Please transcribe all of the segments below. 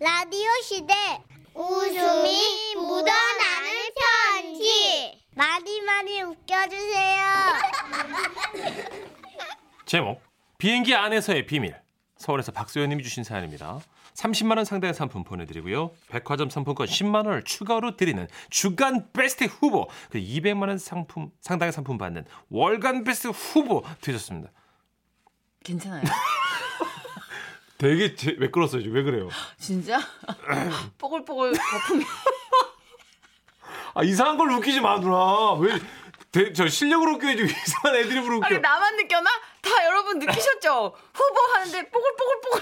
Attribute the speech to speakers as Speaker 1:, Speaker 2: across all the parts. Speaker 1: 라디오 시대 웃음이 묻어나는 편지 많이 많이 웃겨주세요.
Speaker 2: 제목 비행기 안에서의 비밀 서울에서 박소연님이 주신 사연입니다. 30만 원 상당의 상품 보내드리고요. 백화점 상품권 10만 원을 추가로 드리는 주간 베스트 후보 그리고 200만 원 상품 상당의 상품 받는 월간 베스트 후보 되셨습니다.
Speaker 3: 괜찮아요.
Speaker 2: 되게 제, 왜 끌었어요? 지금 왜 그래요?
Speaker 3: 진짜? 뽀글뽀글 거품이.
Speaker 2: 아 이상한 걸 웃기지 마 누나. 왜 저 실력으로 웃겨야지 왜 이상한 애드립으로
Speaker 3: 아니, 나만 느껴나? 다 여러분 느끼셨죠? 후보 하는데 뽀글뽀글뽀글.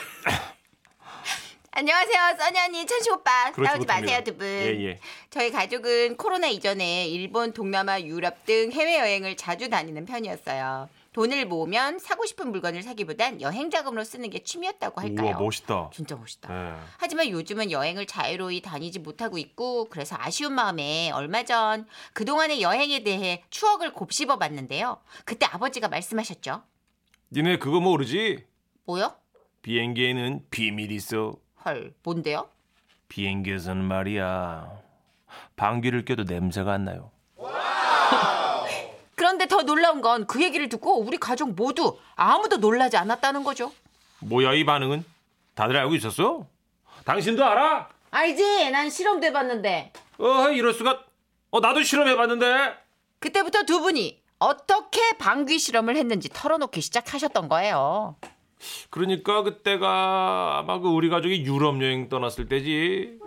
Speaker 3: 안녕하세요, 써니 언니, 천식 오빠.
Speaker 2: 그렇죠, 그렇지
Speaker 3: 싸우지
Speaker 2: 못합니다.
Speaker 3: 마세요, 두 분.
Speaker 2: 예, 예.
Speaker 3: 저희 가족은 코로나 이전에 일본, 동남아, 유럽 등 해외여행을 자주 다니는 편이었어요. 돈을 모으면 사고 싶은 물건을 사기보단 여행 자금으로 쓰는 게 취미였다고 할까요?
Speaker 2: 우와 멋있다.
Speaker 3: 진짜 멋있다.
Speaker 2: 네.
Speaker 3: 하지만 요즘은 여행을 자유로이 다니지 못하고 있고 그래서 아쉬운 마음에 얼마 전 그동안의 여행에 대해 추억을 곱씹어 봤는데요. 그때 아버지가 말씀하셨죠.
Speaker 2: 니네 그거 모르지?
Speaker 3: 뭐요?
Speaker 2: 비행기에는 비밀이 있어.
Speaker 3: 헐, 뭔데요?
Speaker 2: 비행기에서는 말이야 방귀를 껴도 냄새가 안 나요.
Speaker 3: 그런데 더 놀라운 건 그 얘기를 듣고 우리 가족 모두 아무도 놀라지 않았다는 거죠.
Speaker 2: 뭐야 이 반응은? 다들 알고 있었어? 당신도 알아?
Speaker 3: 알지? 난 실험도 해봤는데.
Speaker 2: 어 이럴 수가? 어 나도 실험해봤는데.
Speaker 3: 그때부터 두 분이 어떻게 방귀 실험을 했는지 털어놓기 시작하셨던 거예요.
Speaker 2: 그러니까 그때가 아마 그 우리 가족이 유럽 여행 떠났을 때지.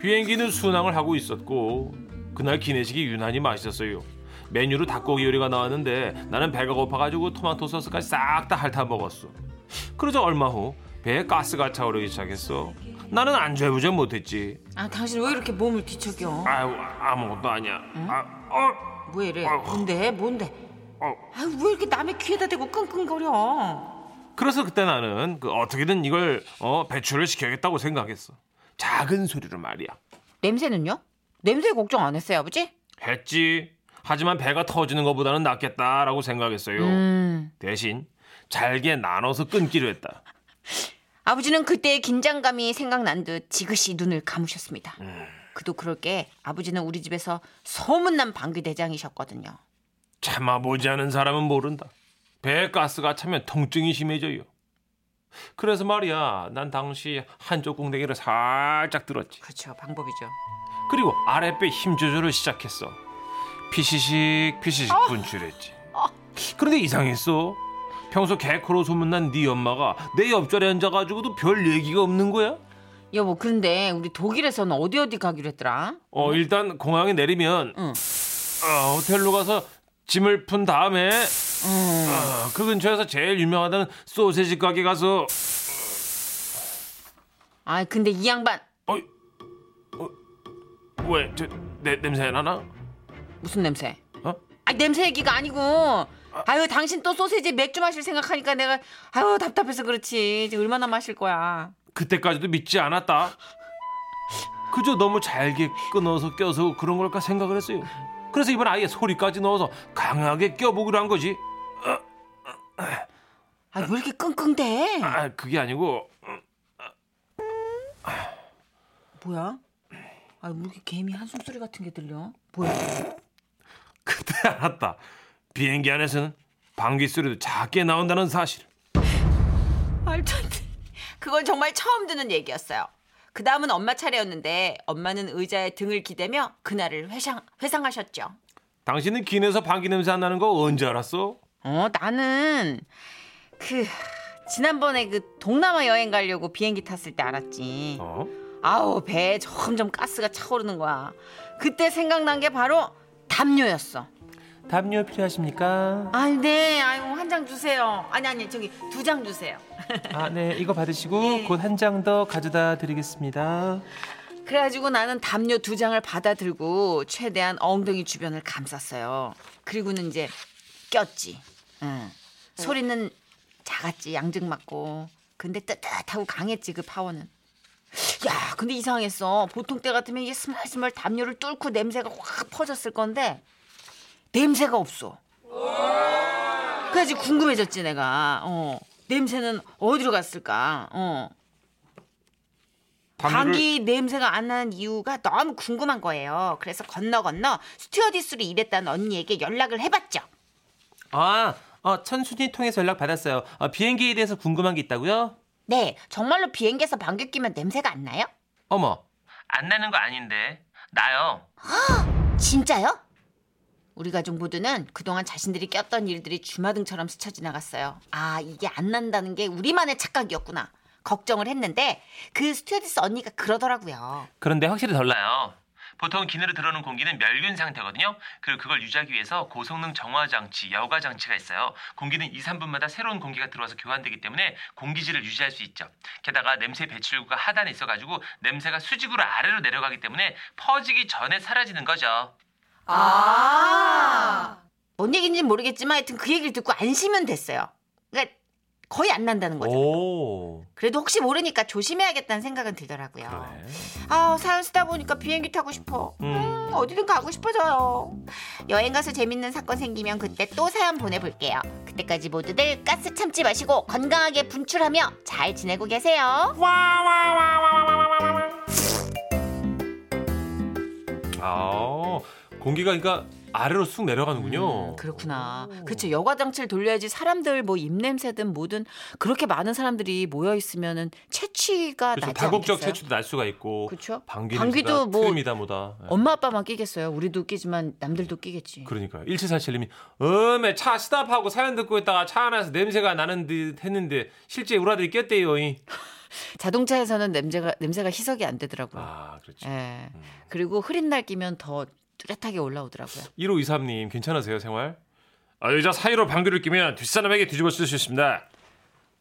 Speaker 2: 비행기는 순항을 하고 있었고 그날 기내식이 유난히 맛있었어요. 메뉴로 닭고기 요리가 나왔는데 나는 배가 고파가지고 토마토 소스까지 싹 다 핥아 먹었어. 그러자 얼마 후 배에 가스가 차오르기 시작했어. 나는 안절부절 못했지.
Speaker 3: 아, 당신 왜 이렇게 몸을 뒤척여?
Speaker 2: 아유 아무것도 아니야. 아, 어.
Speaker 3: 왜뭐 이래?
Speaker 2: 아이고.
Speaker 3: 뭔데? 뭔데?
Speaker 2: 어.
Speaker 3: 아유, 왜 이렇게 남의 귀에다 대고 끙끙거려?
Speaker 2: 그래서 그때 나는 그 어떻게든 이걸 어, 배출을 시켜야겠다고 생각했어. 작은 소리로 말이야.
Speaker 3: 냄새는요? 냄새 걱정 안 했어요, 아버지?
Speaker 2: 했지. 하지만 배가 터지는 것보다는 낫겠다라고 생각했어요.
Speaker 3: 음.
Speaker 2: 대신 잘게 나눠서 끊기로 했다.
Speaker 3: 아버지는 그때의 긴장감이 생각난 듯 지그시 눈을 감으셨습니다.
Speaker 2: 네.
Speaker 3: 그도 그럴 게 아버지는 우리 집에서 소문난 방귀 대장이셨거든요.
Speaker 2: 참아보지 않은 사람은 모른다. 배에 가스가 차면 통증이 심해져요. 그래서 말이야, 난 당시 한쪽 궁뎅이를 살짝 들었지.
Speaker 3: 그렇죠, 방법이죠.
Speaker 2: 그리고 아랫배 힘 조절을 시작했어. 피시식 피시식 분출했지. 그런데 이상했어. 평소 개코로 소문난 네 엄마가 내 옆자리에 앉아가지고도 별 얘기가 없는 거야.
Speaker 3: 여보, 근데 우리 독일에서는 어디 어디 가기로 했더라?
Speaker 2: 어 일단 공항에 내리면
Speaker 3: 응.
Speaker 2: 어, 호텔로 가서 짐을 푼 다음에 어, 그 근처에서 제일 유명하다는 소세지 가게 가서
Speaker 3: 아, 근데 이 양반
Speaker 2: 어, 어, 왜저내 냄새 나나?
Speaker 3: 무슨 냄새?
Speaker 2: 어?
Speaker 3: 아, 냄새 얘기가 아니고. 아유, 당신 또 소세지 맥주 마실 생각하니까 내가 아유 답답해서 그렇지. 이제 얼마나 마실 거야?
Speaker 2: 그때까지도 믿지 않았다. 그저 너무 잘게 끊어서 껴서 그런 걸까 생각을 했어요. 그래서 이번 아예 소리까지 넣어서 강하게 껴보기로 한 거지.
Speaker 3: 아, 왜 이렇게 끙끙대?
Speaker 2: 아 그게 아니고
Speaker 3: 뭐야? 아, 왜 이렇게 개미 한숨 소리 같은 게 들려? 뭐야?
Speaker 2: 그때 알았다. 비행기 안에서는 방귀 소리도 작게 나온다는 사실.
Speaker 3: 말도 안 돼. 그건 정말 처음 듣는 얘기였어요. 그 다음은 엄마 차례였는데 엄마는 의자에 등을 기대며 그날을 회상, 회상하셨죠.
Speaker 2: 당신은 긴에서 방귀 냄새 안 나는 거 언제 알았어?
Speaker 3: 어, 나는 그 지난번에 그 동남아 여행 가려고 비행기 탔을 때 알았지.
Speaker 2: 어?
Speaker 3: 아우 배에 점점 가스가 차오르는 거야. 그때 생각난 게 바로 담요였어.
Speaker 2: 담요 필요하십니까?
Speaker 3: 아니 네, 아유 한 장 주세요. 아니 아니 저기 두 장 주세요.
Speaker 2: 아, 네, 이거 받으시고 곧 한 장 더 가져다 드리겠습니다.
Speaker 3: 그래가지고 나는 담요 두 장을 받아 들고 최대한 엉덩이 주변을 감쌌어요. 그리고는 이제 꼈지. 응. 소리는 작았지 양증 맞고. 근데 뜨뜻하고 강했지 그 파워는. 야, 근데 이상했어. 보통 때 같으면 이게 스멀스멀 담요를 뚫고 냄새가 확 퍼졌을 건데 냄새가 없어. 그래야지 궁금해졌지 내가. 어. 냄새는 어디로 갔을까? 어.
Speaker 2: 담요를-
Speaker 3: 감기 냄새가 안 나는 이유가 너무 궁금한 거예요. 그래서 건너 건너 스튜어디스로 일했다는 언니에게 연락을 해봤죠.
Speaker 2: 아, 어, 천순이 통해서 연락 받았어요. 어, 비행기에 대해서 궁금한 게 있다고요?
Speaker 3: 네, 정말로 비행기에서 방귀 끼면 냄새가 안 나요?
Speaker 2: 어머. 안 나는 거 아닌데. 나요.
Speaker 3: 진짜요? 우리 가족 모두는 그동안 자신들이 꼈던 일들이 주마등처럼 스쳐 지나갔어요. 아, 이게 안 난다는 게 우리만의 착각이었구나. 걱정을 했는데 그 스튜어디스 언니가 그러더라고요.
Speaker 2: 그런데 확실히 덜 나요. 보통 기내로 들어오는 공기는 멸균 상태거든요. 그리고 그걸 유지하기 위해서 고성능 정화 장치, 여과 장치가 있어요. 공기는 2, 3분마다 새로운 공기가 들어와서 교환되기 때문에 공기질을 유지할 수 있죠. 게다가 냄새 배출구가 하단에 있어 가지고 냄새가 수직으로 아래로 내려가기 때문에 퍼지기 전에 사라지는 거죠.
Speaker 3: 아. 뭔 얘기인지 모르겠지만 하여튼 그 얘기를 듣고 안심은 됐어요. 그러니까 거의 안 난다는 거죠.
Speaker 2: 오.
Speaker 3: 그래도 혹시 모르니까 조심해야겠다는 생각은 들더라고요.
Speaker 2: 네.
Speaker 3: 아, 사연 쓰다 보니까 비행기 타고 싶어.
Speaker 2: 음.
Speaker 3: 어디든 가고 싶어져요. 여행 가서 재밌는 사건 생기면 그때 또 사연 보내볼게요. 그때까지 모두들 가스 참지 마시고 건강하게 분출하며 잘 지내고 계세요.
Speaker 2: 아, 공기가 그러니까 아래로 쑥 내려가는군요.
Speaker 3: 음, 그렇구나. 그쵸. 여과장치를 돌려야지 사람들 뭐 입냄새든 뭐든 그렇게 많은 사람들이 모여 있으면은 채취가
Speaker 2: 그렇죠.
Speaker 3: 나지
Speaker 2: 다국적
Speaker 3: 않겠어요?
Speaker 2: 채취도 날 수가 있고
Speaker 3: 그렇죠.
Speaker 2: 방귀
Speaker 3: 방귀도
Speaker 2: 방귀도
Speaker 3: 뭐-
Speaker 2: 뭐 트림이다 뭐다. 예.
Speaker 3: 엄마 아빠만 끼겠어요. 우리도 끼지만 남들도 끼겠지.
Speaker 2: 그러니까요. 1747님이 음에 차 스탑하고 사연 듣고 있다가 차 안에서 냄새가 나는 듯 했는데 실제 우리 아들이 꼈대요. 이.
Speaker 3: 자동차에서는 냄새가 냄새가 희석이 안 되더라고요.
Speaker 2: 아 그렇죠.
Speaker 3: 예. 그리고 흐린 날 끼면 더 뚜렷하게 올라오더라고요.
Speaker 2: 1523님 괜찮으세요 생활? 아 여자 사이로 방귀를 끼면 뒷사람에게 뒤집어 쓸 수 있습니다.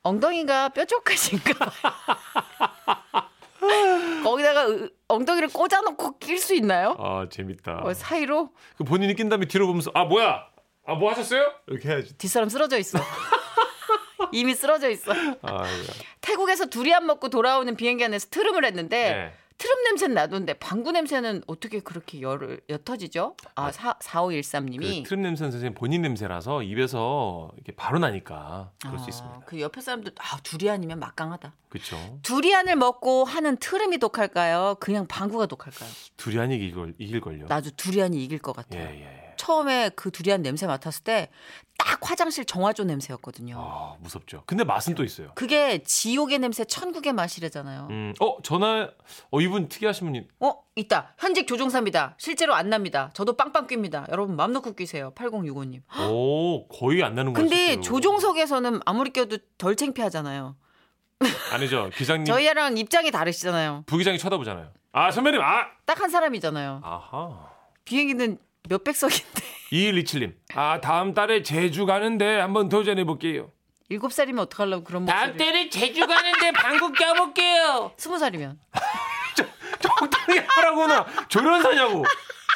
Speaker 3: 엉덩이가 뾰족하신가? 거기다가 으- 엉덩이를 꽂아놓고 낄 수 있나요?
Speaker 2: 아 재밌다.
Speaker 3: 어, 사이로
Speaker 2: 그 본인이 낀 다음에 뒤로 보면서 아 뭐야? 아 뭐 하셨어요? 이렇게 해야지.
Speaker 3: 뒷사람 쓰러져 있어. 이미 쓰러져 있어.
Speaker 2: 아
Speaker 3: 태국에서 두리안 먹고 돌아오는 비행기 안에서 트름을 했는데
Speaker 2: 네.
Speaker 3: 트름 냄새는 나던데 방구 냄새는 어떻게 그렇게 열을 옅어지죠? 아, 사, 4513님이
Speaker 2: 그 트림 냄새는 선생님 본인 냄새라서 입에서 이렇게 바로 나니까 그럴 수 있습니다.
Speaker 3: 그 옆에 사람도 아, 두리안이면 막강하다.
Speaker 2: 그렇죠.
Speaker 3: 두리안을 먹고 하는 트름이 독할까요? 그냥 방구가 독할까요?
Speaker 2: 두리안이 이길, 이길걸요.
Speaker 3: 나도 두리안이 이길 것
Speaker 2: 그렇죠. 예,
Speaker 3: 같아요.
Speaker 2: 예, 예.
Speaker 3: 처음에 그 두리안 냄새 맡았을 때 딱 화장실 정화조 냄새였거든요.
Speaker 2: 아, 무섭죠. 근데 맛은 또 있어요.
Speaker 3: 그게 지옥의 냄새, 천국의 맛이래잖아요.
Speaker 2: 음, 어, 전화, 어, 이분 특이하신 분이,
Speaker 3: 어, 있다. 현직 조종사입니다. 실제로 안 납니다. 저도 빵빵 낍니다. 여러분 맘 놓고 끼세요. 8065님.
Speaker 2: 오, 거의 안 나는 거예요.
Speaker 3: 근데
Speaker 2: 실제로.
Speaker 3: 조종석에서는 아무리 껴도 덜 창피하잖아요.
Speaker 2: 아니죠. 기장님,
Speaker 3: 저희랑 입장이 다르시잖아요.
Speaker 2: 부기장이 쳐다보잖아요. 아, 선배님, 아!
Speaker 3: 딱 한 사람이잖아요.
Speaker 2: 아하.
Speaker 3: 비행기는 몇백석인데.
Speaker 2: 2127님. 아, 다음 달에 제주 가는데 한번 도전해볼게요.
Speaker 3: 일곱 살이면 어떡하려고 그런 목소리.
Speaker 2: 달에 제주 가는데 방구 껴볼게요.
Speaker 3: 스무 살이면.
Speaker 2: 적당히 하라고나. 조련 사냐고.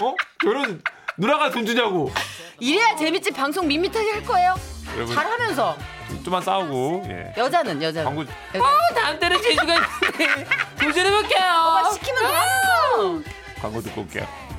Speaker 2: 어? 조련, 누나가 돈 주냐고.
Speaker 3: 이래야 재밌지. 방송 밋밋하게 할 거예요.
Speaker 2: 여러분.
Speaker 3: 잘하면서.
Speaker 2: 좀만 싸우고, 예.
Speaker 3: 여자는 여자는. 어,
Speaker 2: 방구,
Speaker 3: 다음 달에 제주가 있는데 도전해볼게요. 시키면 돼.
Speaker 2: 광고 듣고 올게요.